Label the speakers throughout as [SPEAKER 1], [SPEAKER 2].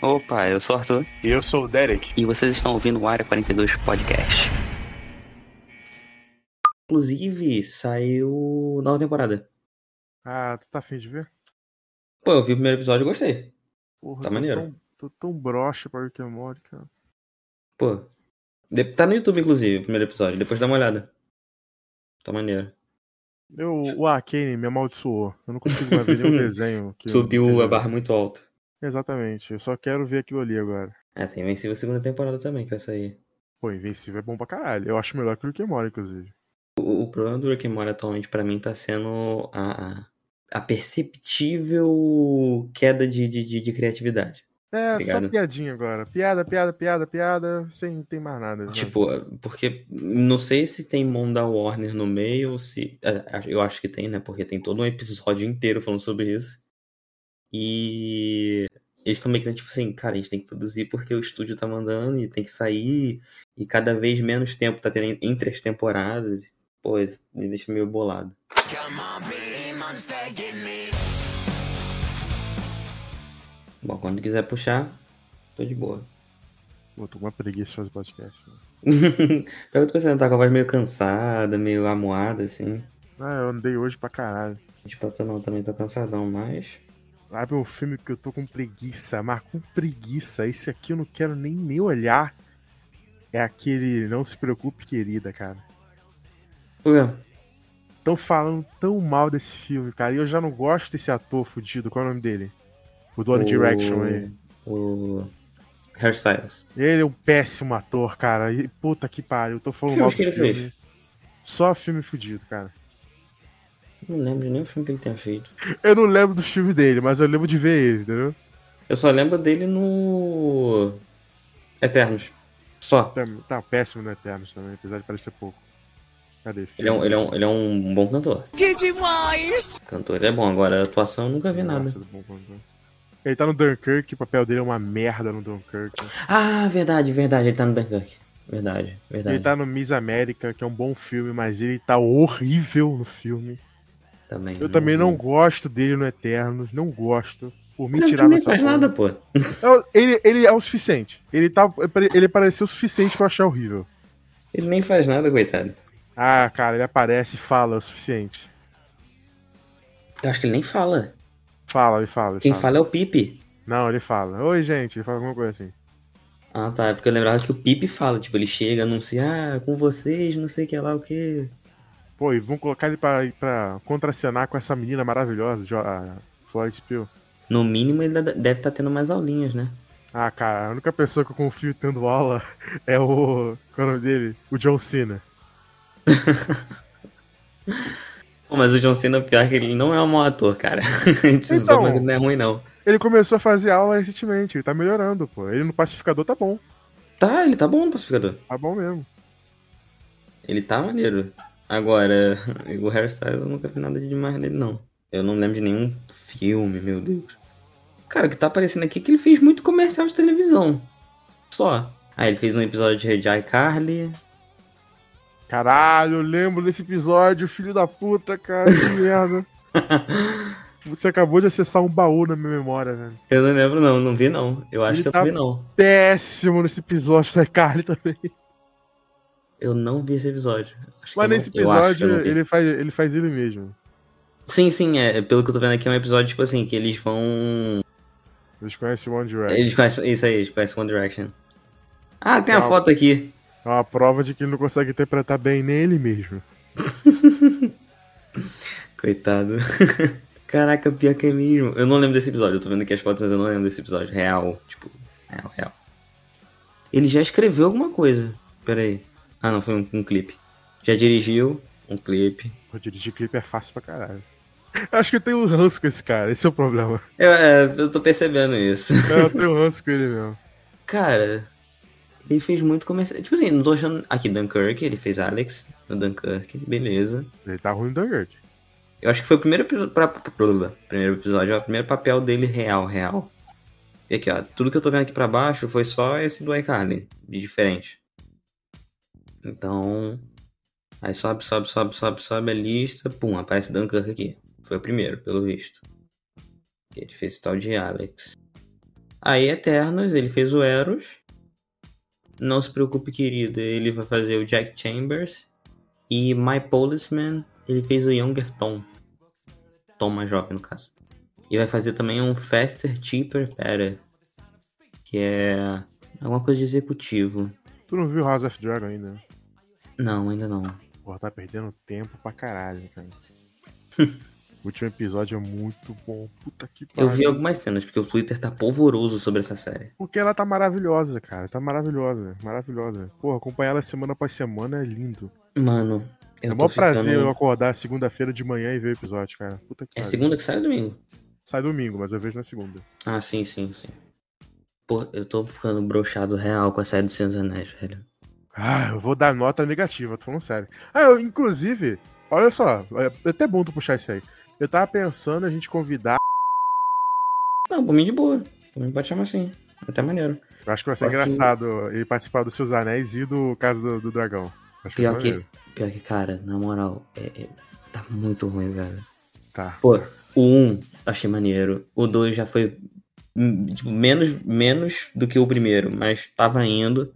[SPEAKER 1] Opa, eu sou o Arthur
[SPEAKER 2] E eu sou o Derek.
[SPEAKER 1] e vocês estão ouvindo o Área 42 Podcast. Inclusive, saiu nova temporada.
[SPEAKER 2] Ah, tu tá afim de ver?
[SPEAKER 1] Pô, eu vi o primeiro episódio e gostei.
[SPEAKER 2] Porra,
[SPEAKER 1] Tá
[SPEAKER 2] tô
[SPEAKER 1] maneiro.
[SPEAKER 2] Tão, tô tão broxa pra Rick and Morty, cara.
[SPEAKER 1] Pô, de- tá no YouTube, inclusive, o primeiro episódio. Depois dá uma olhada. Tá maneiro.
[SPEAKER 2] Eu, o Arkane me amaldiçoou. Eu não consigo mais ver nenhum desenho. Que eu-
[SPEAKER 1] Subiu
[SPEAKER 2] seja-
[SPEAKER 1] a barra muito alto.
[SPEAKER 2] Exatamente. Eu só quero ver aquilo ali agora.
[SPEAKER 1] Ah, tem Invencível segunda temporada também que vai sair.
[SPEAKER 2] Pô, Invencível é bom pra caralho. Eu acho melhor que o Rick and Morty, inclusive.
[SPEAKER 1] O, o problema do Rick and Morty atualmente pra mim tá sendo a, a- a perceptível queda de- de- de, de criatividade.
[SPEAKER 2] É,
[SPEAKER 1] Obrigado.
[SPEAKER 2] só piadinha agora. Piada, piada, piada, piada. Sem tem mais nada. né?
[SPEAKER 1] Tipo, porque não sei se tem mão da Warner no meio, ou se. a- a- Eu acho que tem, né? Porque tem todo um episódio inteiro falando sobre isso. E eles estão meio que tipo assim, cara, a gente tem que produzir porque o estúdio tá mandando e tem que sair. E cada vez menos tempo tá tendo entre as temporadas. Pô, isso me deixa meio bolado. Bom, quando quiser puxar, tô de boa.
[SPEAKER 2] Pô, tô com uma preguiça de fazer podcast. mano.
[SPEAKER 1] Pior que eu tô pensando, tá com a voz meio cansada, meio amuada, assim.
[SPEAKER 2] Ah, eu andei hoje pra caralho.
[SPEAKER 1] Tipo, eu tô não, também tô cansadão, mas.
[SPEAKER 2] Abre um filme que eu tô com preguiça, mas com preguiça. Esse aqui eu não quero nem me olhar. É aquele Não Se Preocupe, Querida, cara.
[SPEAKER 1] Por quê?
[SPEAKER 2] Tão falando tão mal desse filme, cara. E eu já não gosto desse ator fudido. Qual é o nome dele? O do One Direction aí.
[SPEAKER 1] O. Hairstyles.
[SPEAKER 2] Ele é um péssimo ator, cara. E, puta que pariu. Eu tô falando
[SPEAKER 1] Que
[SPEAKER 2] mal do
[SPEAKER 1] filmes
[SPEAKER 2] filme.
[SPEAKER 1] que ele
[SPEAKER 2] Só filme fudido, cara.
[SPEAKER 1] Não lembro de nenhum filme que ele tenha feito.
[SPEAKER 2] Eu não lembro do filme dele, mas eu lembro de ver ele, entendeu?
[SPEAKER 1] Eu só lembro dele no. Eternos. Só.
[SPEAKER 2] Tá, tá péssimo no Eternos também, apesar de parecer pouco. Cadê?
[SPEAKER 1] Ele é um, ele é um, ele é um bom cantor.
[SPEAKER 3] Que demais!
[SPEAKER 1] Cantor ele é bom, agora atuação eu nunca vi nada.
[SPEAKER 2] Nossa, do Bom Condor. Ele tá no Dunkirk, o papel dele é uma merda no Dunkirk.
[SPEAKER 1] Ah, verdade, verdade, ele tá no Dunkirk. Verdade, verdade.
[SPEAKER 2] Ele tá no Miss América, que é um bom filme, mas ele tá horrível no filme.
[SPEAKER 1] Também. né?
[SPEAKER 2] Eu também não gosto dele no Eternos, não gosto. Por me
[SPEAKER 1] Ele
[SPEAKER 2] tirar
[SPEAKER 1] nem
[SPEAKER 2] dessa
[SPEAKER 1] faz
[SPEAKER 2] porra.
[SPEAKER 1] nada, pô.
[SPEAKER 2] Eu- ele, ele é o suficiente. Ele, tá, ele pareceu o suficiente pra eu achar horrível.
[SPEAKER 1] Ele nem faz nada, coitado.
[SPEAKER 2] Ah, cara, ele aparece e fala é o suficiente.
[SPEAKER 1] Eu acho que ele nem fala.
[SPEAKER 2] Fala, ele fala. Ele
[SPEAKER 1] Quem
[SPEAKER 2] fala.
[SPEAKER 1] fala é o Pipe.
[SPEAKER 2] Não, ele fala. Oi, gente, ele fala alguma coisa assim.
[SPEAKER 1] Ah, tá. É porque eu lembrava que o Pipe fala, tipo, ele chega, anuncia, ah, com vocês, não sei o que lá, o que.
[SPEAKER 2] Pô, e vamos colocar ele pra, pra contracenar com essa menina maravilhosa, Jo- a Florence Pugh.
[SPEAKER 1] No mínimo, ele ainda deve estar tendo mais aulinhas, né?
[SPEAKER 2] Ah, cara, a única pessoa que eu confio tendo aula é o. Qual é o nome dele? O John Cena.
[SPEAKER 1] Pô, mas o John Cena, pior que ele não é um mau ator, cara. A gente
[SPEAKER 2] Então-
[SPEAKER 1] zoa, mas ele não é ruim, não.
[SPEAKER 2] Ele começou a fazer aula recentemente, ele tá melhorando, pô. Ele no pacificador tá bom,
[SPEAKER 1] Tá, ele tá bom no pacificador.
[SPEAKER 2] tá bom mesmo.
[SPEAKER 1] Ele tá maneiro. Agora, o hairstyle eu nunca vi nada de demais dele, não. Eu não lembro de nenhum filme, meu Deus. Cara, o que tá aparecendo aqui é que ele fez muito comercial de televisão. Só. Ah, ele fez um episódio de Rejai Carly.
[SPEAKER 2] Caralho, eu lembro desse episódio, filho da puta, cara, que merda. Você acabou de acessar um baú na minha memória, velho.
[SPEAKER 1] Eu não lembro, não. Não vi, não. Eu acho
[SPEAKER 2] Ele
[SPEAKER 1] que eu
[SPEAKER 2] tá-
[SPEAKER 1] não vi, não.
[SPEAKER 2] Péssimo nesse episódio né, da Carly também.
[SPEAKER 1] Eu não vi esse episódio. Acho que eu
[SPEAKER 2] Mas
[SPEAKER 1] não-
[SPEAKER 2] nesse
[SPEAKER 1] eu acho que eu
[SPEAKER 2] episódio,
[SPEAKER 1] não vi.
[SPEAKER 2] ele faz, ele faz ele mesmo.
[SPEAKER 1] Sim, sim, é, pelo que eu tô vendo aqui, é um episódio, tipo assim, que eles vão...
[SPEAKER 2] Eles conhecem o One Direct.
[SPEAKER 1] Eles conhecem, isso aí, eles conhecem One Direction. Ah, tem a
[SPEAKER 2] Não.
[SPEAKER 1] foto aqui.
[SPEAKER 2] É uma prova de que ele não consegue interpretar bem nem ele mesmo.
[SPEAKER 1] Coitado. Caraca, pior que é mesmo. Eu não lembro desse episódio, eu tô vendo aqui as fotos, mas eu não lembro desse episódio. Real, tipo, real, real. Ele já escreveu alguma coisa. Pera aí. Ah, não, foi um, um clipe. Já dirigiu um clipe.
[SPEAKER 2] Pô, dirigir clipe é fácil pra caralho. Eu acho que eu tenho um ranço com esse cara, esse é o problema.
[SPEAKER 1] Eu, é, eu tô percebendo isso.
[SPEAKER 2] Eu tenho um ranço com ele mesmo.
[SPEAKER 1] Cara, ele fez muito comercial. Tipo assim, não tô achando. Aqui, Dunkirk, ele fez Alex no Dunkirk, beleza.
[SPEAKER 2] Ele tá ruim do Dunkirk.
[SPEAKER 1] Eu acho que foi o primeiro episódio. Pra... pra- pra- Primeiro episódio, ó, o primeiro papel dele real, real. E aqui, ó, tudo que eu tô vendo aqui pra baixo foi só esse do iCarly, de diferente. Então. Aí sobe, sobe, sobe, sobe, sobe a lista, pum, aparece Dunkirk aqui. Foi o primeiro, pelo visto. Que ele fez esse tal de Alex. Aí Eternos, ele fez o Eros. Não se preocupe, querida, ele vai fazer o Jack Chambers. E My Policeman, ele fez o Younger Tom. Tom mais jovem, no caso. E vai fazer também um Faster, Cheaper, Better. Que é alguma coisa de executivo.
[SPEAKER 2] Tu não viu House of Dragon ainda? né?
[SPEAKER 1] Não, ainda não.
[SPEAKER 2] Porra, tá perdendo tempo pra caralho, cara. o último episódio é muito bom. Puta que
[SPEAKER 1] Eu
[SPEAKER 2] pariu.
[SPEAKER 1] vi algumas cenas, porque o Twitter tá polvoroso sobre essa série.
[SPEAKER 2] Porque ela tá maravilhosa, cara. Tá maravilhosa, maravilhosa. Porra, acompanhar ela semana após semana é lindo.
[SPEAKER 1] Mano, eu
[SPEAKER 2] é o
[SPEAKER 1] tô
[SPEAKER 2] maior prazer eu
[SPEAKER 1] ficando...
[SPEAKER 2] acordar segunda-feira de manhã e ver o episódio, cara. Puta que
[SPEAKER 1] É
[SPEAKER 2] pariu.
[SPEAKER 1] segunda que sai ou domingo?
[SPEAKER 2] Sai domingo, mas eu vejo na segunda.
[SPEAKER 1] Ah, sim, sim, sim. Pô, eu tô ficando broxado real com a série do Senhor dos Anéis, velho.
[SPEAKER 2] Ah, eu vou dar nota negativa, tô falando sério. Ah, eu, inclusive, olha só, é até bom tu puxar isso aí. Eu tava pensando a gente convidar.
[SPEAKER 1] Não, por mim de boa. Por mim pode chamar assim. Até maneiro.
[SPEAKER 2] Eu acho que vai ser
[SPEAKER 1] Só que-
[SPEAKER 2] engraçado ele participar dos seus anéis e do caso do, do dragão. Acho que vai
[SPEAKER 1] Pior
[SPEAKER 2] ser
[SPEAKER 1] que-
[SPEAKER 2] maneiro.
[SPEAKER 1] Pior que, cara, na moral, é- é- tá muito ruim, velho.
[SPEAKER 2] Tá.
[SPEAKER 1] Pô, o 1 achei maneiro. O 2 já foi hum, tipo, menos, menos do que o primeiro, mas tava indo.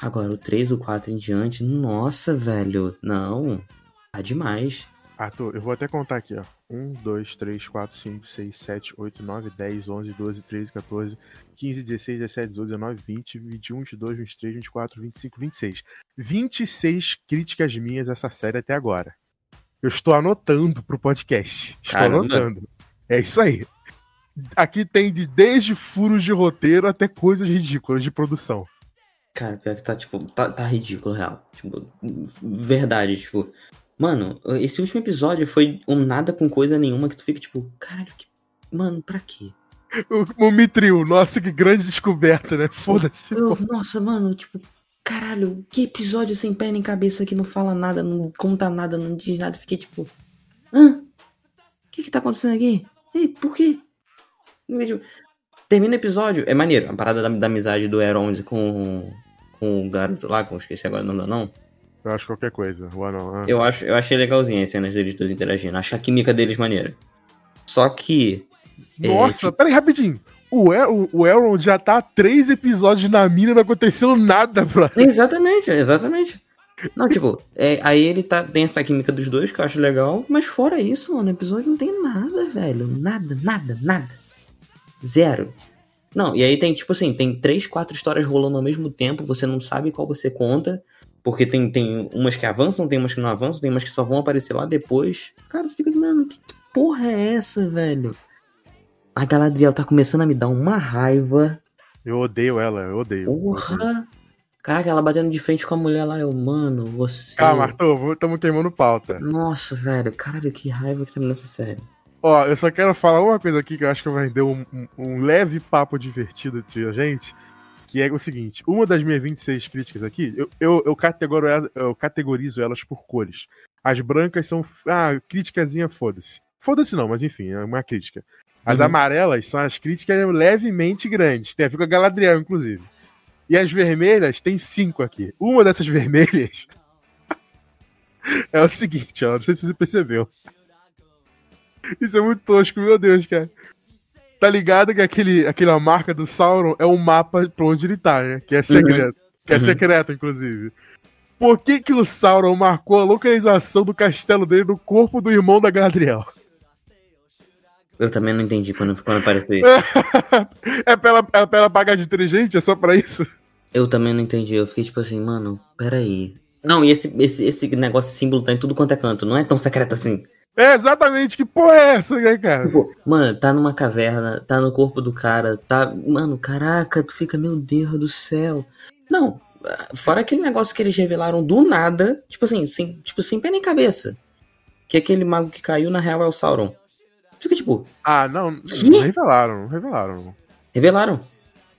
[SPEAKER 1] Agora, o 3, o 4 em diante, nossa, velho. Não, tá demais.
[SPEAKER 2] Arthur, eu vou até contar aqui, ó. 1, 2, 3, 4, 5, 6, 7, 8, 9, 10, 11, 12, 13, 14, 15, 16, 17, 18, 19, 20, 21, 22, 23, 24, 25, 26. 26 críticas minhas a essa série até agora. Eu estou anotando pro podcast. Estou
[SPEAKER 1] Caramba.
[SPEAKER 2] anotando. É isso aí. Aqui tem de, desde furos de roteiro até coisas ridículas de produção.
[SPEAKER 1] Cara, pior que tá, tipo, tá, tá ridículo, real. Tipo, verdade, tipo. Mano, esse último episódio foi um nada com coisa nenhuma que tu fica, tipo, caralho, que. Mano, pra quê?
[SPEAKER 2] O, o Mitril, nossa, que grande descoberta, né? Foda-se.
[SPEAKER 1] Eu- nossa, mano, tipo, caralho, que episódio sem pé nem cabeça que não fala nada, não conta nada, não diz nada. Eu Fiquei tipo, hã? O que que tá acontecendo aqui? Ei, por quê? Eu fiquei, tipo, Termina o episódio, é maneiro, a parada da, da amizade do Herond com, com o garoto lá, que eu esqueci agora o nome do anão.
[SPEAKER 2] Eu acho qualquer coisa. O anão. ah.
[SPEAKER 1] Eu, acho, eu achei legalzinho as cenas deles dois interagindo. Acho a química deles maneira. Só que. é,
[SPEAKER 2] Nossa,
[SPEAKER 1] tipo,
[SPEAKER 2] peraí, rapidinho. O, El, o- o Elrond já tá há três episódios na mina e não aconteceu nada, brother.
[SPEAKER 1] Exatamente, exatamente. Não, tipo, é, aí ele tá, tem essa química dos dois que eu acho legal, mas fora isso, mano, o episódio não tem nada, velho. Nada, nada, nada. Zero. Não, e aí tem, tipo assim, tem três, quatro histórias rolando ao mesmo tempo, você não sabe qual você conta, porque tem, tem umas que avançam, tem umas que não avançam, tem umas que só vão aparecer lá depois. Cara, você fica, mano, que, que porra é essa, velho? A Galadriel tá começando a me dar uma raiva.
[SPEAKER 2] Eu odeio ela, eu odeio.
[SPEAKER 1] Porra! Caraca, ela batendo de frente com a mulher lá, eu, mano, você.
[SPEAKER 2] Calma, Arthur, estamos queimando pauta.
[SPEAKER 1] Nossa, velho, caralho, que raiva que tá me dando essa série.
[SPEAKER 2] Ó, eu só quero falar uma coisa aqui que eu acho que vai render um, um- um leve papo divertido entre a gente, que é o seguinte, uma das minhas 26 críticas aqui, eu, eu, eu categorizo, eu categorizo elas por cores. As brancas são, ah, criticazinha, foda-se. Foda-se não, mas enfim, é uma crítica. As
[SPEAKER 1] Uhum.
[SPEAKER 2] amarelas são as críticas levemente grandes, tem a ver com a Galadriel, inclusive. E as vermelhas, tem cinco aqui. Uma dessas vermelhas é o seguinte, ó, não sei se você percebeu. Isso é muito tosco, meu Deus, cara. Tá ligado que aquele, aquela marca do Sauron é um mapa pra onde ele tá, né? Que é secreto. Que é
[SPEAKER 1] Uhum.
[SPEAKER 2] secreto, inclusive. Por que que o Sauron marcou a localização do castelo dele no corpo do irmão da Galadriel?
[SPEAKER 1] Eu também não entendi quando, quando apareceu isso.
[SPEAKER 2] é, pra ela, é pra ela pagar de inteligente? É só pra isso?
[SPEAKER 1] Eu também não entendi, eu fiquei tipo assim, mano, peraí. Não, e esse, esse, esse negócio esse símbolo tá em tudo quanto é canto, não é tão secreto assim.
[SPEAKER 2] É exatamente, que porra é essa, né, cara?
[SPEAKER 1] Tipo, mano, tá numa caverna, tá no corpo do cara, tá. Mano, caraca, tu fica, meu Deus do céu. Não, ah, fora aquele negócio que eles revelaram do nada, tipo assim, sem, tipo, sem pé nem cabeça. Que aquele mago que caiu, na real, é o Sauron. Tu Fica tipo,
[SPEAKER 2] Ah, não, não
[SPEAKER 1] Sim.
[SPEAKER 2] revelaram, não revelaram.
[SPEAKER 1] revelaram.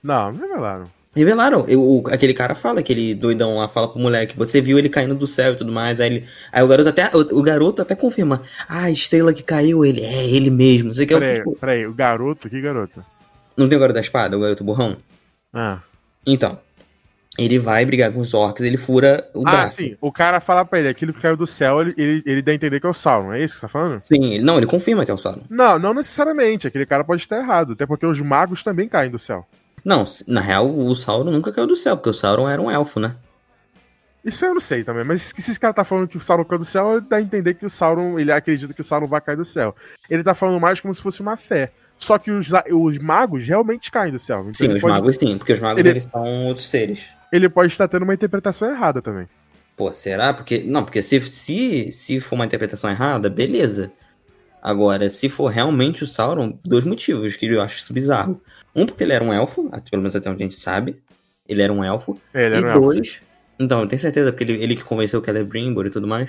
[SPEAKER 2] Não, não revelaram.
[SPEAKER 1] Revelaram. Eu- o- aquele cara fala, aquele doidão lá fala pro moleque, você viu ele caindo do céu e tudo mais. Aí, ele- aí o garoto até. O, o garoto até confirma. Ah, a estrela que caiu, ele é ele mesmo. Você quer
[SPEAKER 2] Peraí,
[SPEAKER 1] tipo,
[SPEAKER 2] peraí, o garoto, que garoto?
[SPEAKER 1] Não tem o garoto da espada, o garoto borrão?
[SPEAKER 2] Ah,
[SPEAKER 1] Então. Ele vai brigar com os orcs, ele fura o
[SPEAKER 2] ah
[SPEAKER 1] braço.
[SPEAKER 2] sim, o cara fala pra ele, aquilo que caiu do céu, ele, ele, ele dá a entender que é o Sauron, é isso que você tá falando?
[SPEAKER 1] Sim, ele, não, ele confirma que é o Sauron.
[SPEAKER 2] Não, não necessariamente, aquele cara pode estar errado, até porque os magos também caem do céu.
[SPEAKER 1] Não, na real, o Sauron nunca caiu do céu, porque o Sauron era um elfo, né?
[SPEAKER 2] Isso eu não sei também, mas se esse cara tá falando que o Sauron caiu do céu, dá a entender que o Sauron, ele acredita que o Sauron vai cair do céu. Ele tá falando mais como se fosse uma fé. Só que os, os magos realmente caem do céu. Então
[SPEAKER 1] Sim,
[SPEAKER 2] ele
[SPEAKER 1] os
[SPEAKER 2] pode-
[SPEAKER 1] magos sim, porque os magos
[SPEAKER 2] ele-
[SPEAKER 1] eles são outros seres.
[SPEAKER 2] Ele pode estar tendo uma interpretação errada também.
[SPEAKER 1] Pô, será? Porque. Não, porque se, se, se for uma interpretação errada, beleza. Agora, se for realmente o Sauron, dois motivos que eu acho isso bizarro. Um, porque ele era um elfo, até- pelo menos até onde a gente sabe. Ele era um elfo.
[SPEAKER 2] É, ele
[SPEAKER 1] e
[SPEAKER 2] era um elfo.
[SPEAKER 1] dois. Então, eu tenho certeza, porque ele, ele que convenceu o Celebrimbor e tudo mais.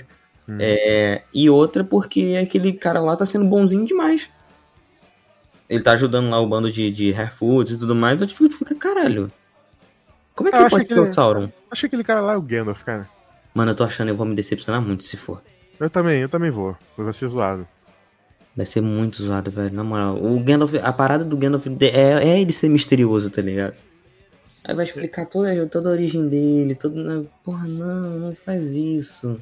[SPEAKER 2] Hum.
[SPEAKER 1] É, e outra, porque aquele cara lá tá sendo bonzinho demais. Ele tá ajudando lá o bando de, de Harefoots e tudo mais. Então, tipo, tu fica, caralho. Como é que
[SPEAKER 2] Eu
[SPEAKER 1] ele
[SPEAKER 2] acho
[SPEAKER 1] pode
[SPEAKER 2] que
[SPEAKER 1] ser o
[SPEAKER 2] ele-
[SPEAKER 1] Sauron?
[SPEAKER 2] Acho que aquele cara lá é o Gandalf, cara.
[SPEAKER 1] Mano, eu tô achando, eu vou me decepcionar muito se for.
[SPEAKER 2] Eu também, eu também vou. Vai ser zoado.
[SPEAKER 1] Vai ser muito zoado, velho. Na moral, o Gandalf, a parada do Gandalf de- é, é ele ser misterioso, tá ligado? Aí vai explicar toda, toda a origem dele, toda. né? Porra, não, não faz isso.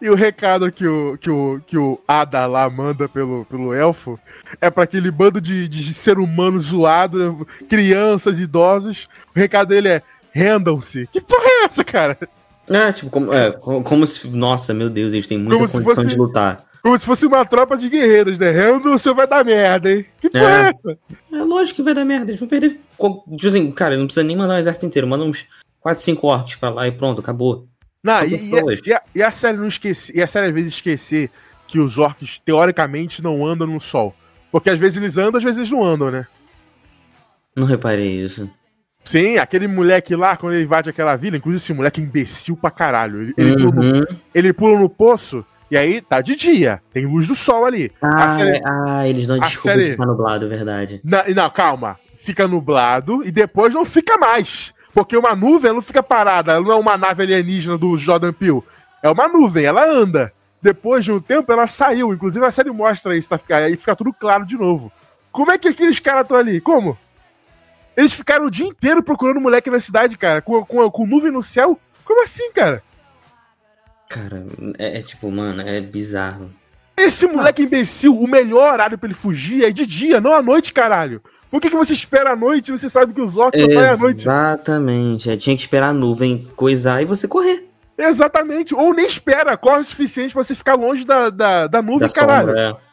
[SPEAKER 2] E o recado que o, que o, que o Ada lá manda pelo, pelo elfo é pra aquele bando de, de ser humano zoado, né? crianças, idosos. O recado dele é: rendam-se. Que porra é essa, cara?
[SPEAKER 1] É, tipo, como, é, co- como se. Nossa, meu Deus, eles têm muita
[SPEAKER 2] Como se
[SPEAKER 1] condição
[SPEAKER 2] fosse-
[SPEAKER 1] de lutar.
[SPEAKER 2] Como se fosse uma tropa de guerreiros, né? Rendam-se, vai dar merda, hein? Que porra é,
[SPEAKER 1] É.
[SPEAKER 2] essa?
[SPEAKER 1] É lógico que vai dar merda, eles vão perder. co- Tipo assim, cara, não precisa nem mandar o exército inteiro, manda uns 4, 5 orcs pra lá e pronto, acabou.
[SPEAKER 2] Não,
[SPEAKER 1] São
[SPEAKER 2] e, e a,
[SPEAKER 1] pessoas.
[SPEAKER 2] e a- e a série não esquecer, e a série às vezes esquecer que os orcs teoricamente não andam no sol. Porque às vezes eles andam, às vezes não andam, né?
[SPEAKER 1] Não reparei isso.
[SPEAKER 2] Sim, aquele moleque lá, quando ele invade aquela vila, inclusive esse moleque é imbecil pra caralho. Ele, ele pula, no,
[SPEAKER 1] Uhum.
[SPEAKER 2] ele pula no poço e aí tá de dia, tem luz do sol ali.
[SPEAKER 1] Ah,
[SPEAKER 2] A série-
[SPEAKER 1] é- ah, eles dão
[SPEAKER 2] a
[SPEAKER 1] desculpa
[SPEAKER 2] série-
[SPEAKER 1] de ficar nublado, é verdade.
[SPEAKER 2] Na- e não, calma. Fica nublado e depois não fica mais. Porque uma nuvem ela não fica parada, ela não é uma nave alienígena do Jordan Peele. É uma nuvem, ela anda. Depois de um tempo ela saiu. Inclusive a série mostra isso, tá? Fica- aí fica tudo claro de novo. Como é que aqueles caras estão ali? Como? Eles ficaram o dia inteiro procurando moleque na cidade, cara, com, com, com nuvem no céu? Como assim, cara?
[SPEAKER 1] Cara, é- é tipo, mano, é bizarro.
[SPEAKER 2] Esse moleque imbecil, o melhor horário pra ele fugir é de dia, não à noite, caralho. Por que, que você espera à noite se você sabe que os orcs só saem à noite?
[SPEAKER 1] Exatamente. É, tinha que esperar a nuvem coisar e você correr.
[SPEAKER 2] Exatamente. Ou nem espera, corre o suficiente pra você ficar longe da, da, da nuvem,
[SPEAKER 1] Da
[SPEAKER 2] caralho.
[SPEAKER 1] sombra. é.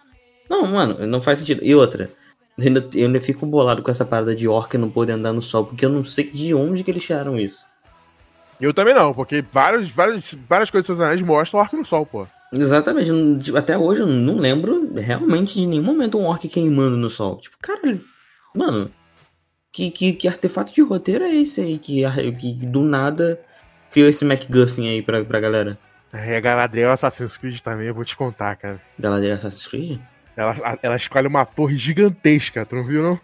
[SPEAKER 1] Não, mano, não faz sentido. E outra, eu ainda, eu ainda fico bolado com essa parada de orca não poder andar no sol, porque eu não sei de onde que eles tiraram isso.
[SPEAKER 2] Eu também não, porque vários, vários, várias coisas dos anéis mostram o arco no sol, pô.
[SPEAKER 1] Exatamente. eu não- tipo, Até hoje eu não lembro realmente de nenhum momento um orc queimando no sol. Tipo, caralho, mano, que, que, que artefato de roteiro é esse aí que, ar- que do nada criou esse MacGuffin aí pra, pra galera?
[SPEAKER 2] É, Galadriel Assassin's Creed também, eu vou te contar, cara.
[SPEAKER 1] Galadriel Assassin's Creed?
[SPEAKER 2] Ela, a- ela escolhe uma torre gigantesca, tu não viu, não?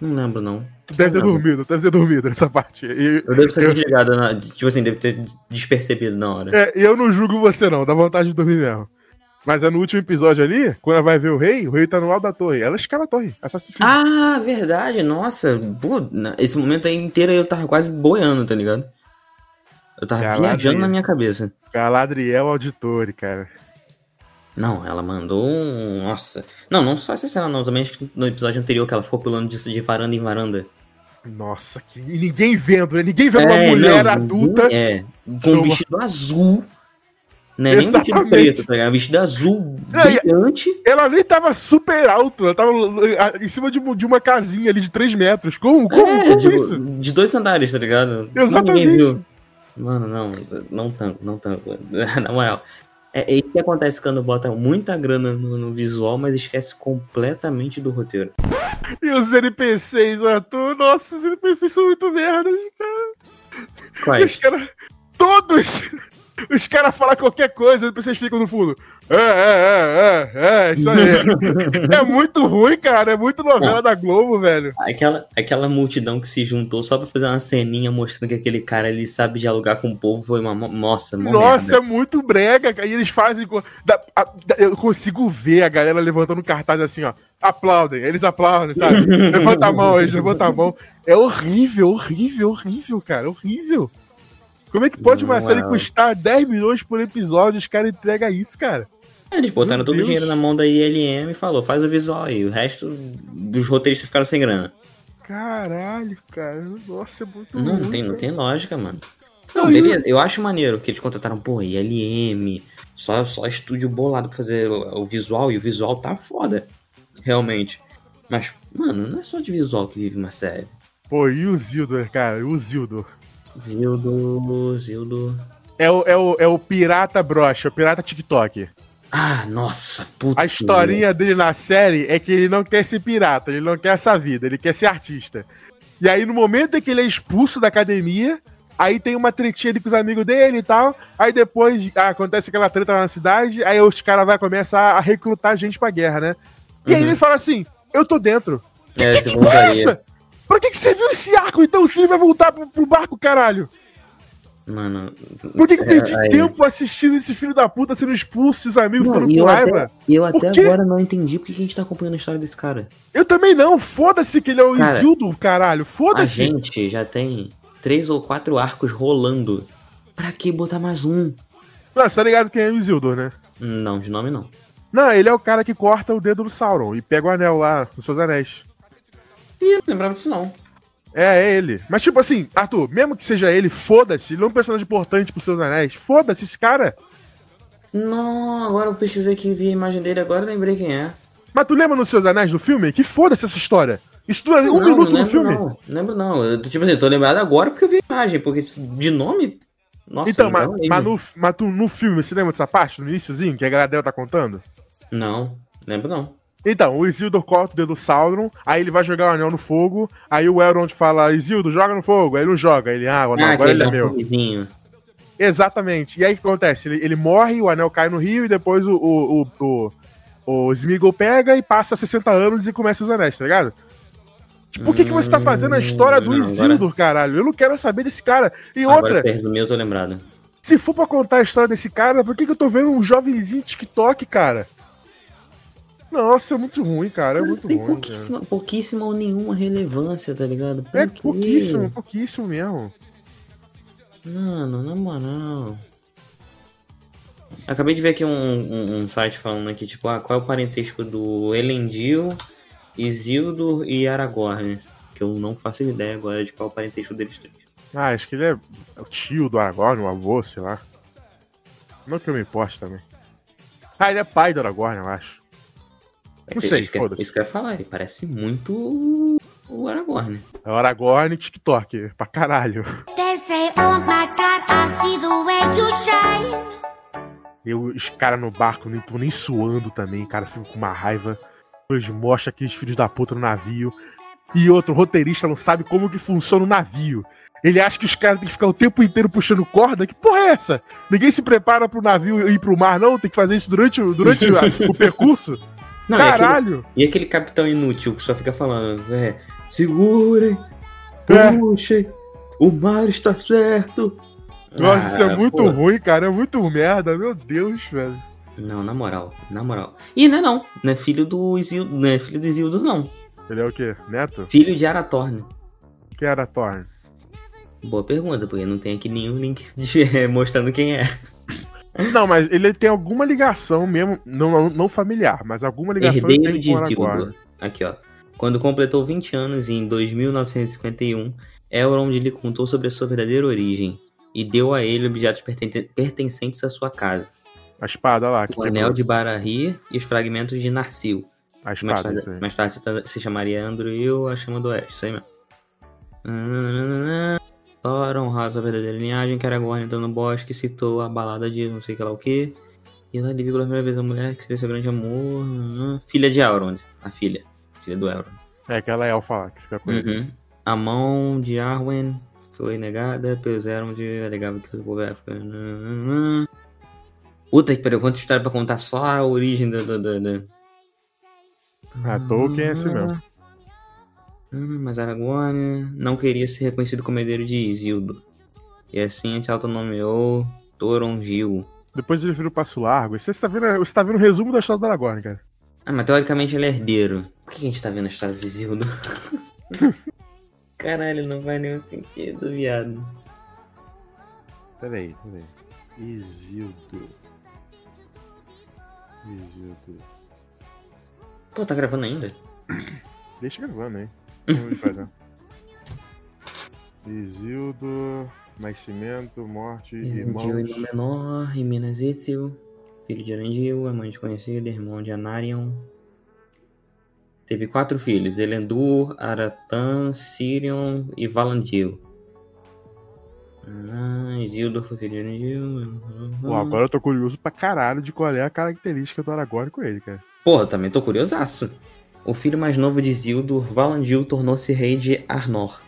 [SPEAKER 1] Não lembro, não.
[SPEAKER 2] Tu deve ter
[SPEAKER 1] Não.
[SPEAKER 2] dormido, deve ter dormido nessa parte. E,
[SPEAKER 1] Eu devo ter
[SPEAKER 2] Eu-
[SPEAKER 1] desligado, na, tipo assim, devo ter despercebido na hora.
[SPEAKER 2] é, eu não julgo você, não, dá vontade de dormir mesmo. Mas é no último episódio ali, quando ela vai ver o rei, o rei tá no alto da torre. Ela escala a torre, Assassin's Creed.
[SPEAKER 1] Ah, verdade, nossa. pô, na- esse momento aí inteiro eu tava quase boiando, tá ligado? Eu tava
[SPEAKER 2] Caralho.
[SPEAKER 1] viajando na minha cabeça.
[SPEAKER 2] Galadriel Auditore, cara.
[SPEAKER 1] Não, ela mandou um. Nossa. Não, não só essa cena, não. Também acho que no episódio anterior que ela ficou pulando de, de varanda em varanda. É,
[SPEAKER 2] Nossa, que... e ninguém vendo, né? Ninguém vendo uma mulher
[SPEAKER 1] não,
[SPEAKER 2] adulta.
[SPEAKER 1] É, com um
[SPEAKER 2] Numa-
[SPEAKER 1] vestido azul. Né? Nem um vestido
[SPEAKER 2] Exatamente.
[SPEAKER 1] preto, tá ligado? Um vestido azul
[SPEAKER 2] Não, e-
[SPEAKER 1] brilhante.
[SPEAKER 2] Ela nem tava super alto, ela tava ah, em cima de, um- de uma casinha ali de 3 metros. Como? Como,
[SPEAKER 1] É,
[SPEAKER 2] como
[SPEAKER 1] de,
[SPEAKER 2] isso?
[SPEAKER 1] de dois andares, tá ligado?
[SPEAKER 2] Exatamente.
[SPEAKER 1] Ninguém viu. Mano, não, não tanto, não tanto. Na moral. É, é isso que acontece quando bota muita grana no, no visual, mas esquece completamente do roteiro.
[SPEAKER 2] E os NPCs, Arthur? Nossa, os NPCs são muito merdas. E Os
[SPEAKER 1] Quais?
[SPEAKER 2] caras. Todos! Os caras falam qualquer coisa, os NPCs ficam no fundo. É, é, é, é, é, isso aí. é muito ruim, cara. É muito novela da Globo, velho.
[SPEAKER 1] Aquela, aquela multidão que se juntou só pra fazer uma ceninha mostrando que aquele cara ali sabe dialogar com o povo foi uma. mo- Nossa, mó
[SPEAKER 2] Nossa, é
[SPEAKER 1] merda. né?
[SPEAKER 2] muito brega, cara. E eles fazem. co- da- a- da- eu consigo ver a galera levantando cartaz assim, ó. Aplaudem, eles aplaudem, sabe? levanta a mão, eles levantam a mão. É horrível, horrível, horrível, cara. Horrível. Como é que pode uma
[SPEAKER 1] Não,
[SPEAKER 2] série
[SPEAKER 1] é.
[SPEAKER 2] custar 10 milhões por episódio e os caras entregam isso, cara?
[SPEAKER 1] É, Eles botaram
[SPEAKER 2] Meu
[SPEAKER 1] todo o
[SPEAKER 2] Deus.
[SPEAKER 1] dinheiro na mão da ILM e falou: faz o visual aí. O resto dos roteiristas ficaram sem grana.
[SPEAKER 2] Caralho, cara. Nossa, é muito
[SPEAKER 1] Não,
[SPEAKER 2] ruim,
[SPEAKER 1] não tem, não
[SPEAKER 2] cara.
[SPEAKER 1] tem lógica, mano.
[SPEAKER 2] Não,
[SPEAKER 1] Não,
[SPEAKER 2] e-
[SPEAKER 1] beleza. Eu acho maneiro que eles contrataram, pô, ILM, só, só estúdio bolado pra fazer o, o visual, e o visual tá foda, realmente. Mas, mano, não é só de visual que vive uma série.
[SPEAKER 2] Pô, e o Zildor, cara? E O Zildor.
[SPEAKER 1] Zildo, Zildo...
[SPEAKER 2] É o, é, o, é o pirata brocha, o pirata TikTok.
[SPEAKER 1] Ah, nossa, puta.
[SPEAKER 2] A historinha dele na série é que ele não quer ser pirata, ele não quer essa vida, ele quer ser artista. E aí, no momento em que ele é expulso da academia, aí tem uma tretinha ali com os amigos dele e tal. Aí depois ah, acontece aquela treta lá na cidade, aí os caras vão começar a recrutar gente pra guerra, né? E aí
[SPEAKER 1] Uhum.
[SPEAKER 2] ele fala assim: Eu tô dentro.
[SPEAKER 1] É,
[SPEAKER 2] que
[SPEAKER 1] se
[SPEAKER 2] que porra é
[SPEAKER 1] voltaria.
[SPEAKER 2] essa? Pra que, que serviu esse arco então se ele vai voltar pro, pro barco, caralho?
[SPEAKER 1] Mano,
[SPEAKER 2] Por que, que eu perdi
[SPEAKER 1] É, Aí.
[SPEAKER 2] tempo assistindo esse filho da puta sendo expulso e os amigos
[SPEAKER 1] Não,
[SPEAKER 2] ficando
[SPEAKER 1] e
[SPEAKER 2] com
[SPEAKER 1] eu
[SPEAKER 2] raiva?
[SPEAKER 1] e eu
[SPEAKER 2] Por
[SPEAKER 1] até
[SPEAKER 2] quê?
[SPEAKER 1] agora não entendi porque a gente tá acompanhando a história desse cara.
[SPEAKER 2] Eu também não, foda-se que ele é o
[SPEAKER 1] Cara,
[SPEAKER 2] Isildo, caralho,
[SPEAKER 1] A
[SPEAKER 2] foda-se.
[SPEAKER 1] gente já tem três ou quatro arcos rolando. Pra que botar mais um?
[SPEAKER 2] Não, você tá ligado quem é o Isildur, né?
[SPEAKER 1] Não, de nome não.
[SPEAKER 2] Não, ele é o cara que corta o dedo do Sauron e pega o anel lá nos seus anéis.
[SPEAKER 1] Ih, não lembrava disso não.
[SPEAKER 2] É, é ele. Mas tipo assim, Arthur, mesmo que seja ele, foda-se, ele é um personagem importante pros seus anéis. Foda-se esse cara.
[SPEAKER 1] Não, agora eu pesquisei aqui e vi a imagem dele, agora eu lembrei quem é.
[SPEAKER 2] Mas tu lembra nos seus anéis do filme? Que foda-se essa história. Isso dura um
[SPEAKER 1] não,
[SPEAKER 2] minuto
[SPEAKER 1] não
[SPEAKER 2] no
[SPEAKER 1] lembro,
[SPEAKER 2] filme.
[SPEAKER 1] Não, lembro não. Eu, tô- tipo assim, eu tô lembrado agora porque eu vi a imagem, porque de nome. Nossa,
[SPEAKER 2] então,
[SPEAKER 1] não
[SPEAKER 2] mas,
[SPEAKER 1] lembro.
[SPEAKER 2] mas, no, mas tu, no filme, você lembra dessa parte, no iníciozinho, que a galera dela tá contando?
[SPEAKER 1] Não, lembro não.
[SPEAKER 2] Então, o Isildur corta o dedo do Sauron, aí ele vai jogar o anel no fogo, aí o Elrond fala, Isildur, joga no fogo, aí ele não joga, ele, ah, o anel agora ele
[SPEAKER 1] dá
[SPEAKER 2] é
[SPEAKER 1] um
[SPEAKER 2] meu.
[SPEAKER 1] pulinho.
[SPEAKER 2] Exatamente, e aí o que acontece? Ele, ele morre, o anel cai no rio, e depois o, o, o, o, o Sméagol pega e passa 60 anos e começa os anéis, tá ligado? Tipo, o que, que você tá fazendo a história do
[SPEAKER 1] Hum, não,
[SPEAKER 2] Isildur, caralho? Eu não quero saber desse cara. E outra, é
[SPEAKER 1] Agora que você resumiu, eu tô lembrado.
[SPEAKER 2] se for pra contar a história desse cara, por que, que eu tô vendo um jovenzinho TikTok, cara? Nossa, é muito ruim, cara, é muito
[SPEAKER 1] tem
[SPEAKER 2] ruim. cara.
[SPEAKER 1] pouquíssima, pouquíssima ou nenhuma relevância, tá ligado? Pra
[SPEAKER 2] É
[SPEAKER 1] quê?
[SPEAKER 2] pouquíssimo, pouquíssimo mesmo.
[SPEAKER 1] Mano, na moral. Acabei de ver aqui um, um, um site falando aqui, tipo, ah, qual é o parentesco do Elendil, Isildur e Aragorn? Que eu não faço ideia agora de qual é o parentesco deles três.
[SPEAKER 2] Ah, acho que ele é o tio do Aragorn, o avô, sei lá. Não que eu me importe também. Ah, ele é pai do Aragorn, eu acho. Não sei,
[SPEAKER 1] isso É que,
[SPEAKER 2] foda-se.
[SPEAKER 1] isso que eu ia falar, ele parece muito o- o Aragorn.
[SPEAKER 2] É o Aragorn e TikTok, pra caralho.
[SPEAKER 3] They say, oh my god, I see the way you shine.
[SPEAKER 2] E os caras no barco nem tão nem suando também, cara, fico com uma raiva. Eles mostram aqueles filhos da puta no navio. E outro roteirista não sabe como que funciona o navio. Ele acha que os caras têm que ficar o tempo inteiro puxando corda. Que porra é essa? Ninguém se prepara pro navio ir pro mar, não? Tem que fazer isso durante, o- durante a- o percurso?
[SPEAKER 1] Não, e aquele-
[SPEAKER 2] Caralho!
[SPEAKER 1] E aquele capitão inútil que só fica falando, é, segurem,
[SPEAKER 2] É.
[SPEAKER 1] puxem, o mar está certo.
[SPEAKER 2] Nossa, isso é
[SPEAKER 1] Ah,
[SPEAKER 2] muito
[SPEAKER 1] pô.
[SPEAKER 2] ruim, cara. É muito merda. Meu Deus, velho.
[SPEAKER 1] Não, na moral, na moral. E não é não, não é filho do Isildo, não é filho do Isildo não.
[SPEAKER 2] Ele é o quê? Neto?
[SPEAKER 1] Filho de Aratorn.
[SPEAKER 2] Quem era Thorn?
[SPEAKER 1] Boa pergunta, porque não tem aqui nenhum link de- mostrando quem é.
[SPEAKER 2] Não, mas ele tem alguma ligação mesmo, não, não, não familiar, mas alguma ligação ele
[SPEAKER 1] Herdeiro
[SPEAKER 2] tem
[SPEAKER 1] de né?
[SPEAKER 2] com o Aragorn.
[SPEAKER 1] Isildo. Aqui, ó. Quando completou 20 anos em 2951, Elrond lhe contou sobre a sua verdadeira origem e deu a ele objetos pertente- pertencentes à sua casa.
[SPEAKER 2] A espada lá. Que
[SPEAKER 1] o
[SPEAKER 2] quebrou.
[SPEAKER 1] anel de Barahir e os fragmentos de Narsil.
[SPEAKER 2] A
[SPEAKER 1] Que mais
[SPEAKER 2] espada,
[SPEAKER 1] tarde,
[SPEAKER 2] isso aí.
[SPEAKER 1] mais tarde se, tra- se chamaria Andrew a Chama do Oeste, é isso aí mesmo. Nananana. Thoron honrado sua verdadeira linhagem, que Aragorn entrou no bosque, citou a balada de não sei que lá o que. E lá ele viu pela primeira vez a mulher que seria seu grande amor. nananã. Filha de Elrond, a filha. Filha do Elrond.
[SPEAKER 2] É aquela elfa lá que fica com ele.
[SPEAKER 1] Uhum. A mão de Arwen foi negada pelos Elrond, alegava que o povo élfico- nananã. Puta que pariu, quanta história pra contar só a origem do. do, do, do.
[SPEAKER 2] Ah, Tolkien é esse
[SPEAKER 1] Ah.
[SPEAKER 2] mesmo.
[SPEAKER 1] Hum, mas Aragorn não queria ser reconhecido como herdeiro de Isildo. E assim ele se autonomeou Torongil.
[SPEAKER 2] Depois ele vira o passo largo. Você tá vendo, você tá vendo o resumo da história do Aragorn, cara.
[SPEAKER 1] Ah, mas teoricamente ele é herdeiro. Por que a gente tá vendo a história de Isildo? Caralho, não faz nenhum sentido, viado.
[SPEAKER 2] Peraí, peraí. Isildo. Isildo.
[SPEAKER 1] Pô, tá gravando ainda?
[SPEAKER 2] Deixa gravando, hein? Vamos fazer. Isildo, Nascimento, Morte,
[SPEAKER 1] Existiu
[SPEAKER 2] Irmãos.
[SPEAKER 1] irmão menor, em Minas Ithil, filho de Arandil, amante conhecida, irmão de Anarion. Teve quatro filhos, Elendur, Aratan, Sirion e Valandil. Ah, Isildur foi filho de Arandil.
[SPEAKER 2] Pô, agora eu tô curioso pra caralho de qual é a característica do Aragorn com ele, cara.
[SPEAKER 1] Porra, também tô curiosaço. O filho mais novo de Isildur, Valandil, tornou-se rei de Arnor,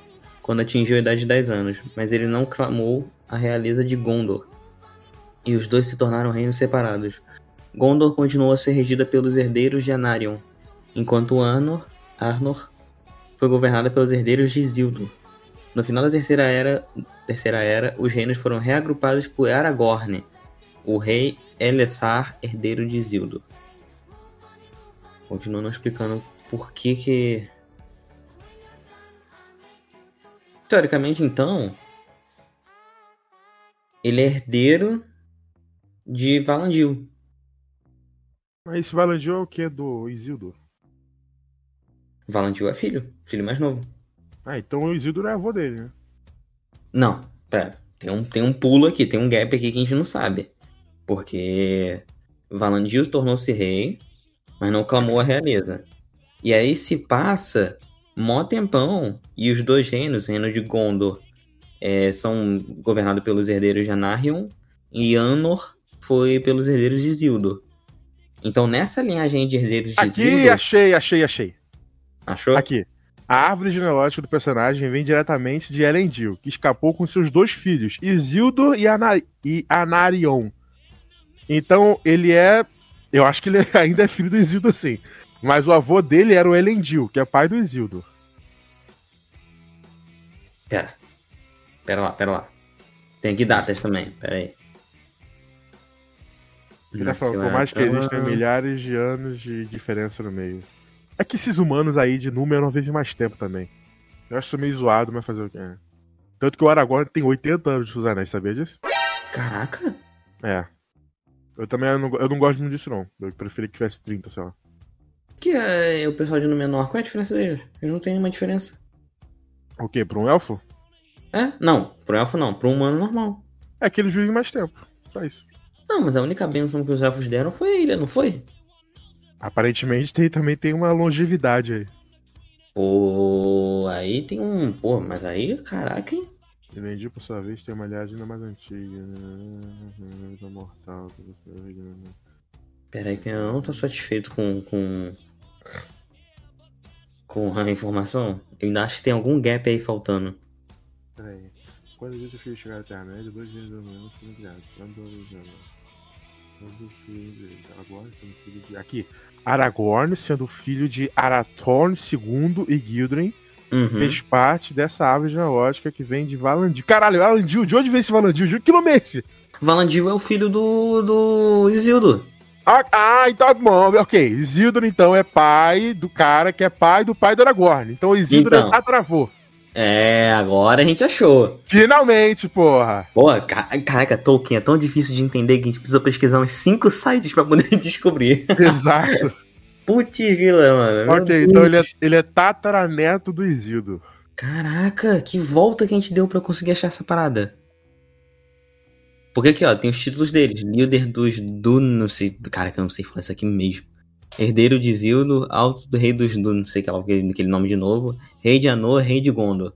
[SPEAKER 1] quando atingiu a idade de 10 anos, mas ele não clamou a realeza de Gondor, e os dois se tornaram reinos separados. Gondor continuou a ser regida pelos herdeiros de Anarion, enquanto Anor, Arnor foi governada pelos herdeiros de Isildur. No final da Terceira Era, Terceira Era os reinos foram reagrupados por Aragorn, o rei Elessar, herdeiro de Isildur continuando explicando por que que... Teoricamente, então, ele é herdeiro de Valandil.
[SPEAKER 2] Mas esse Valandil é o que do Isildur?
[SPEAKER 1] Valandil é filho, filho mais novo.
[SPEAKER 2] Ah, então o Isildur é avô dele, né?
[SPEAKER 1] Não, pera, tem um, tem um pulo aqui, tem um gap aqui que a gente não sabe. Porque Valandil tornou-se rei, mas não clamou a realeza. E aí se passa mó tempão e os dois reinos, o reino de Gondor, eh, são governados pelos herdeiros de Anarion e Anor foi pelos herdeiros de Isildur. Então nessa linhagem de herdeiros de
[SPEAKER 2] Aqui,
[SPEAKER 1] Isildur,
[SPEAKER 2] achei, achei, achei.
[SPEAKER 1] achou?
[SPEAKER 2] Aqui. A árvore genealógica do personagem vem diretamente de Elendil, que escapou com seus dois filhos, Isildur e, Ana e Anarion. Então, ele é. Eu acho que ele ainda é filho do Isildur, sim. Mas o avô dele era o Elendil, que é pai do Isildur.
[SPEAKER 1] Pera. Pera lá, pera lá. Tem aqui datas também, pera aí.
[SPEAKER 2] Ele tá
[SPEAKER 1] né?
[SPEAKER 2] falando, por mais que
[SPEAKER 1] Então,
[SPEAKER 2] existam
[SPEAKER 1] Ah.
[SPEAKER 2] milhares de anos de diferença no meio. É que esses humanos aí de número não vivem mais tempo também. Eu acho isso meio zoado, mas fazer o quê? né? Tanto que o Aragorn tem 80 anos de Suzané, sabia disso?
[SPEAKER 1] Caraca!
[SPEAKER 2] É. Eu também não, eu não gosto muito disso, não. Eu preferia que tivesse 30, sei lá.
[SPEAKER 1] Que é o pessoal de no menor? Qual é a diferença deles? Eles não tem nenhuma diferença.
[SPEAKER 2] O quê? Pra um elfo?
[SPEAKER 1] É? Não, pro elfo não, pro humano normal.
[SPEAKER 2] É que eles vivem mais tempo. Só isso.
[SPEAKER 1] Não, mas a única benção que os elfos deram foi a ilha, não foi?
[SPEAKER 2] Aparentemente tem, também tem uma longevidade aí.
[SPEAKER 1] Pô, aí tem um. Pô, mas aí, caraca, hein?
[SPEAKER 2] Elendil, por sua vez, tem uma linhagem ainda mais antiga. né? Vida mortal. tudo bem, né?
[SPEAKER 1] Pera aí que eu não tô satisfeito com. com. com a informação. Eu ainda acho que tem algum gap aí faltando.
[SPEAKER 2] Peraí. Quando os filhos chegaram à Terra-média, dois dias da manhã foram criados. Quando dois dias da manhã. Quando os filhos um de Aragorn sendo filho de. Aqui. Aragorn, sendo filho de Arathorn II e Gildren,
[SPEAKER 1] Uhum.
[SPEAKER 2] fez parte dessa árvore genealógica que vem de Valandil. Caralho, Valandil, de onde vem esse Valandil? De que nome é esse?
[SPEAKER 1] Valandil é o filho do. do. Isildo.
[SPEAKER 2] Ah, ah, então, bom, ok. Isildur, então, é pai do cara que é pai do pai do Aragorn. Então, Isildur
[SPEAKER 1] Então.
[SPEAKER 2] é atravô.
[SPEAKER 1] É, agora a gente achou.
[SPEAKER 2] Finalmente, porra!
[SPEAKER 1] Pô, ca- caraca, Tolkien é tão difícil de entender que a gente precisou pesquisar uns cinco sites pra poder descobrir.
[SPEAKER 2] Exato.
[SPEAKER 1] Putz, grila, mano. Meu
[SPEAKER 2] ok,
[SPEAKER 1] Deus.
[SPEAKER 2] então ele é, ele é tataraneto do Isildur.
[SPEAKER 1] Caraca, que volta que a gente deu pra eu conseguir achar essa parada. Porque aqui, ó, tem os títulos deles. Líder dos Dun... Não sei... Caraca, eu não sei falar isso aqui mesmo. Herdeiro de Zildo, alto do rei dos Dun... Não sei que lá, aquele aquele nome de novo. Rei de Anor, rei de Gondor.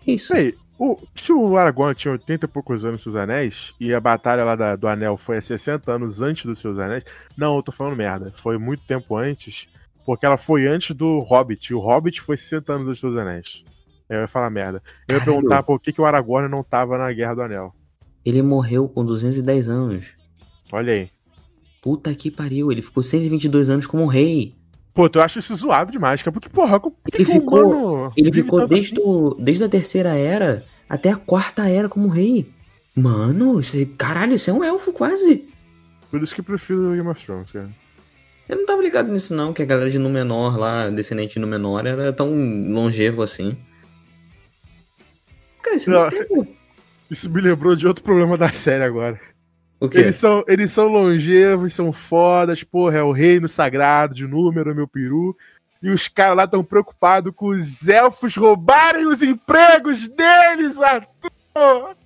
[SPEAKER 1] Que isso?
[SPEAKER 2] Isso aí. O, se o Aragorn tinha 80 e poucos anos dos anéis, e a batalha lá da- do anel foi há 60 anos antes dos seus anéis. Não, eu tô falando merda. Foi muito tempo antes, porque ela foi antes do Hobbit. E o Hobbit foi 60 anos antes dos anéis. Eu ia falar merda. Eu ia
[SPEAKER 1] Caralho.
[SPEAKER 2] perguntar por que, que o Aragorn não tava na Guerra do Anel.
[SPEAKER 1] Ele morreu com 210 anos.
[SPEAKER 2] Olha aí.
[SPEAKER 1] Puta que pariu, ele ficou 122 anos como rei.
[SPEAKER 2] Pô, eu acho isso zoado demais, cara. Porque, porra, por que
[SPEAKER 1] Ele
[SPEAKER 2] que o
[SPEAKER 1] ficou-
[SPEAKER 2] humano
[SPEAKER 1] Ele
[SPEAKER 2] vive
[SPEAKER 1] ficou
[SPEAKER 2] tanto
[SPEAKER 1] desde,
[SPEAKER 2] assim?
[SPEAKER 1] o- desde a terceira era até a quarta era como rei. Mano, você, caralho, você é um elfo quase.
[SPEAKER 2] Por isso que eu prefiro Game of Thrones, cara.
[SPEAKER 1] Eu não tava ligado nisso não, que a galera de Númenor lá, descendente de Númenor, era tão longevo assim. Cara, isso é muito tempo.
[SPEAKER 2] Isso me lembrou de outro problema da série agora.
[SPEAKER 1] O quê?
[SPEAKER 2] Eles são, eles são longevos, são fodas, porra, é o reino sagrado de número, meu peru. E os caras lá estão preocupados com os elfos roubarem os empregos deles, Arthur!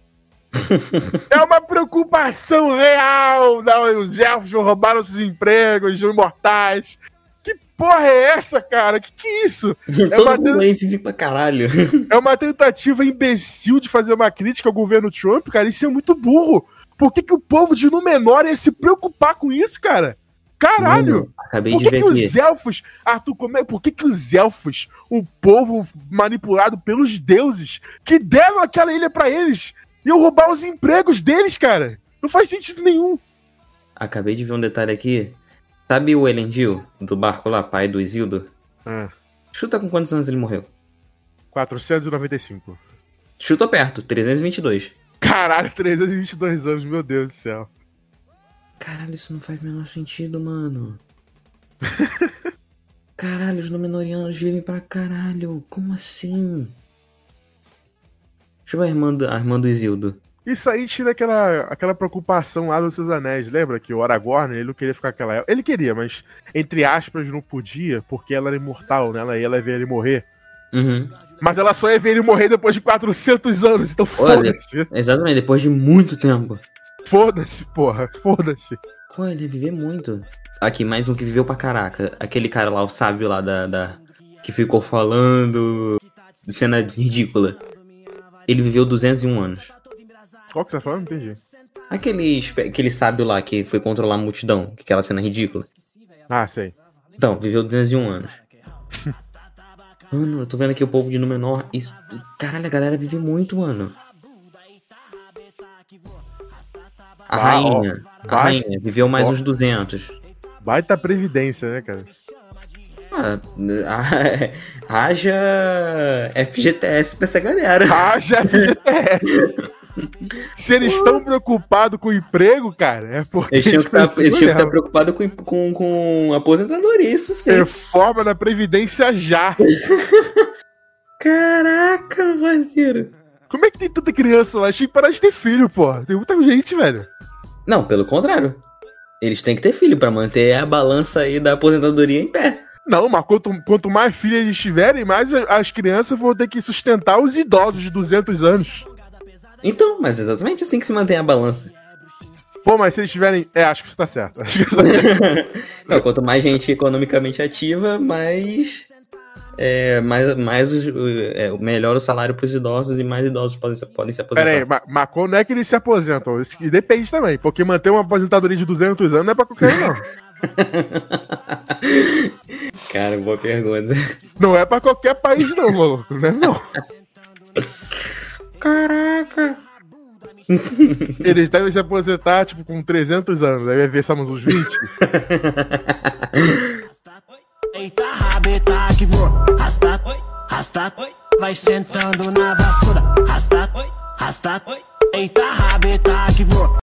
[SPEAKER 2] é uma preocupação real! Não, os elfos roubaram os empregos, os imortais. Que porra é essa, cara? Que que é isso?
[SPEAKER 1] Todo mundo aí vive pra caralho.
[SPEAKER 2] É uma tentativa imbecil de fazer uma crítica ao governo Trump, cara. Isso é muito burro. Por que, que o povo de Númenor ia se preocupar com isso, cara? Caralho!
[SPEAKER 1] Mano, acabei
[SPEAKER 2] Por
[SPEAKER 1] de
[SPEAKER 2] que,
[SPEAKER 1] ver
[SPEAKER 2] que
[SPEAKER 1] aqui.
[SPEAKER 2] os elfos. Arthur, como é- por que, que os elfos, o povo manipulado pelos deuses, que deram aquela ilha pra eles, iam roubar os empregos deles, cara? Não faz sentido nenhum.
[SPEAKER 1] Acabei de ver um detalhe aqui. Sabe o Elendil, do barco lá, pai do Isildo?
[SPEAKER 2] Ah,
[SPEAKER 1] Chuta com quantos anos ele morreu?
[SPEAKER 2] 495.
[SPEAKER 1] Chuta perto, 322.
[SPEAKER 2] Caralho, 322 anos, meu Deus do céu.
[SPEAKER 1] Caralho, isso não faz o menor sentido, mano. caralho, os Númenóreanos vivem pra caralho. Como assim? Deixa eu ver a irmã do, a irmã do Isildo.
[SPEAKER 2] Isso aí tira aquela, aquela preocupação lá dos seus anéis. Lembra que o Aragorn, ele não queria ficar com aquela elfa. Ele queria, mas, entre aspas, não podia, porque ela era imortal, né? Ela ia ver ele morrer.
[SPEAKER 1] Uhum.
[SPEAKER 2] Mas ela só ia ver ele morrer depois de 400 anos, então
[SPEAKER 1] Olha.
[SPEAKER 2] foda-se.
[SPEAKER 1] Exatamente, depois de muito tempo.
[SPEAKER 2] Foda-se, porra. Foda-se.
[SPEAKER 1] Pô, ele ia viver muito. Aqui, mais um que viveu pra caraca. Aquele cara lá, o sábio lá da. da- que ficou falando. Cena ridícula. Ele viveu 201 anos.
[SPEAKER 2] Qual que você tá falando? Entendi.
[SPEAKER 1] Aquele, espe- aquele sábio lá que foi controlar a multidão, aquela cena ridícula.
[SPEAKER 2] Ah, sei.
[SPEAKER 1] Então, viveu 201 anos. mano, eu tô vendo aqui o povo de Númenor. Isso... Caralho, a galera vive muito, mano. A
[SPEAKER 2] Ah,
[SPEAKER 1] rainha.
[SPEAKER 2] ó,
[SPEAKER 1] a
[SPEAKER 2] basta-
[SPEAKER 1] rainha viveu mais
[SPEAKER 2] ó.
[SPEAKER 1] uns 200.
[SPEAKER 2] Baita previdência, né, cara?
[SPEAKER 1] Ah, haja FGTS pra essa galera.
[SPEAKER 2] Haja FGTS. Se eles estão preocupados com o emprego, cara, é porque
[SPEAKER 1] Eles tinham que tá-
[SPEAKER 2] precisam
[SPEAKER 1] eles tinham que estar
[SPEAKER 2] mesmo.
[SPEAKER 1] preocupados com, com, com aposentadoria, isso sim.
[SPEAKER 2] Reforma da Previdência já.
[SPEAKER 1] Caraca, parceiro.
[SPEAKER 2] Como é que tem tanta criança lá? Achei que parar de ter filho, porra. Tem muita gente, velho.
[SPEAKER 1] Não, pelo contrário. Eles têm que ter filho pra manter a balança aí da aposentadoria em pé.
[SPEAKER 2] Não, mas quanto, quanto mais filhos eles tiverem, mais a- as crianças vão ter que sustentar os idosos de 200 anos.
[SPEAKER 1] Então, mas é exatamente assim que se mantém a balança.
[SPEAKER 2] Pô, mas se eles tiverem. É, acho que você tá certo. Acho que você tá certo.
[SPEAKER 1] Então, quanto mais gente economicamente ativa, mais. É, mais, mais os, é, melhor o salário pros idosos e mais idosos podem, se- podem se aposentar.
[SPEAKER 2] Pera aí, ma- mas quando é que eles se aposentam? Isso que depende também, porque manter uma aposentadoria de 200 anos não é pra qualquer um, não.
[SPEAKER 1] Cara, boa pergunta.
[SPEAKER 2] Não é pra qualquer país, não, maluco. Não é, não.
[SPEAKER 1] Caraca!
[SPEAKER 2] Eles devem se aposentar, tipo, com 300 anos. Aí vai ver, sabe, uns 20.
[SPEAKER 4] Eita rabeta que vou Rastar, rastar Vai sentando na vassoura Rastar, rastar Eita rabeta que vou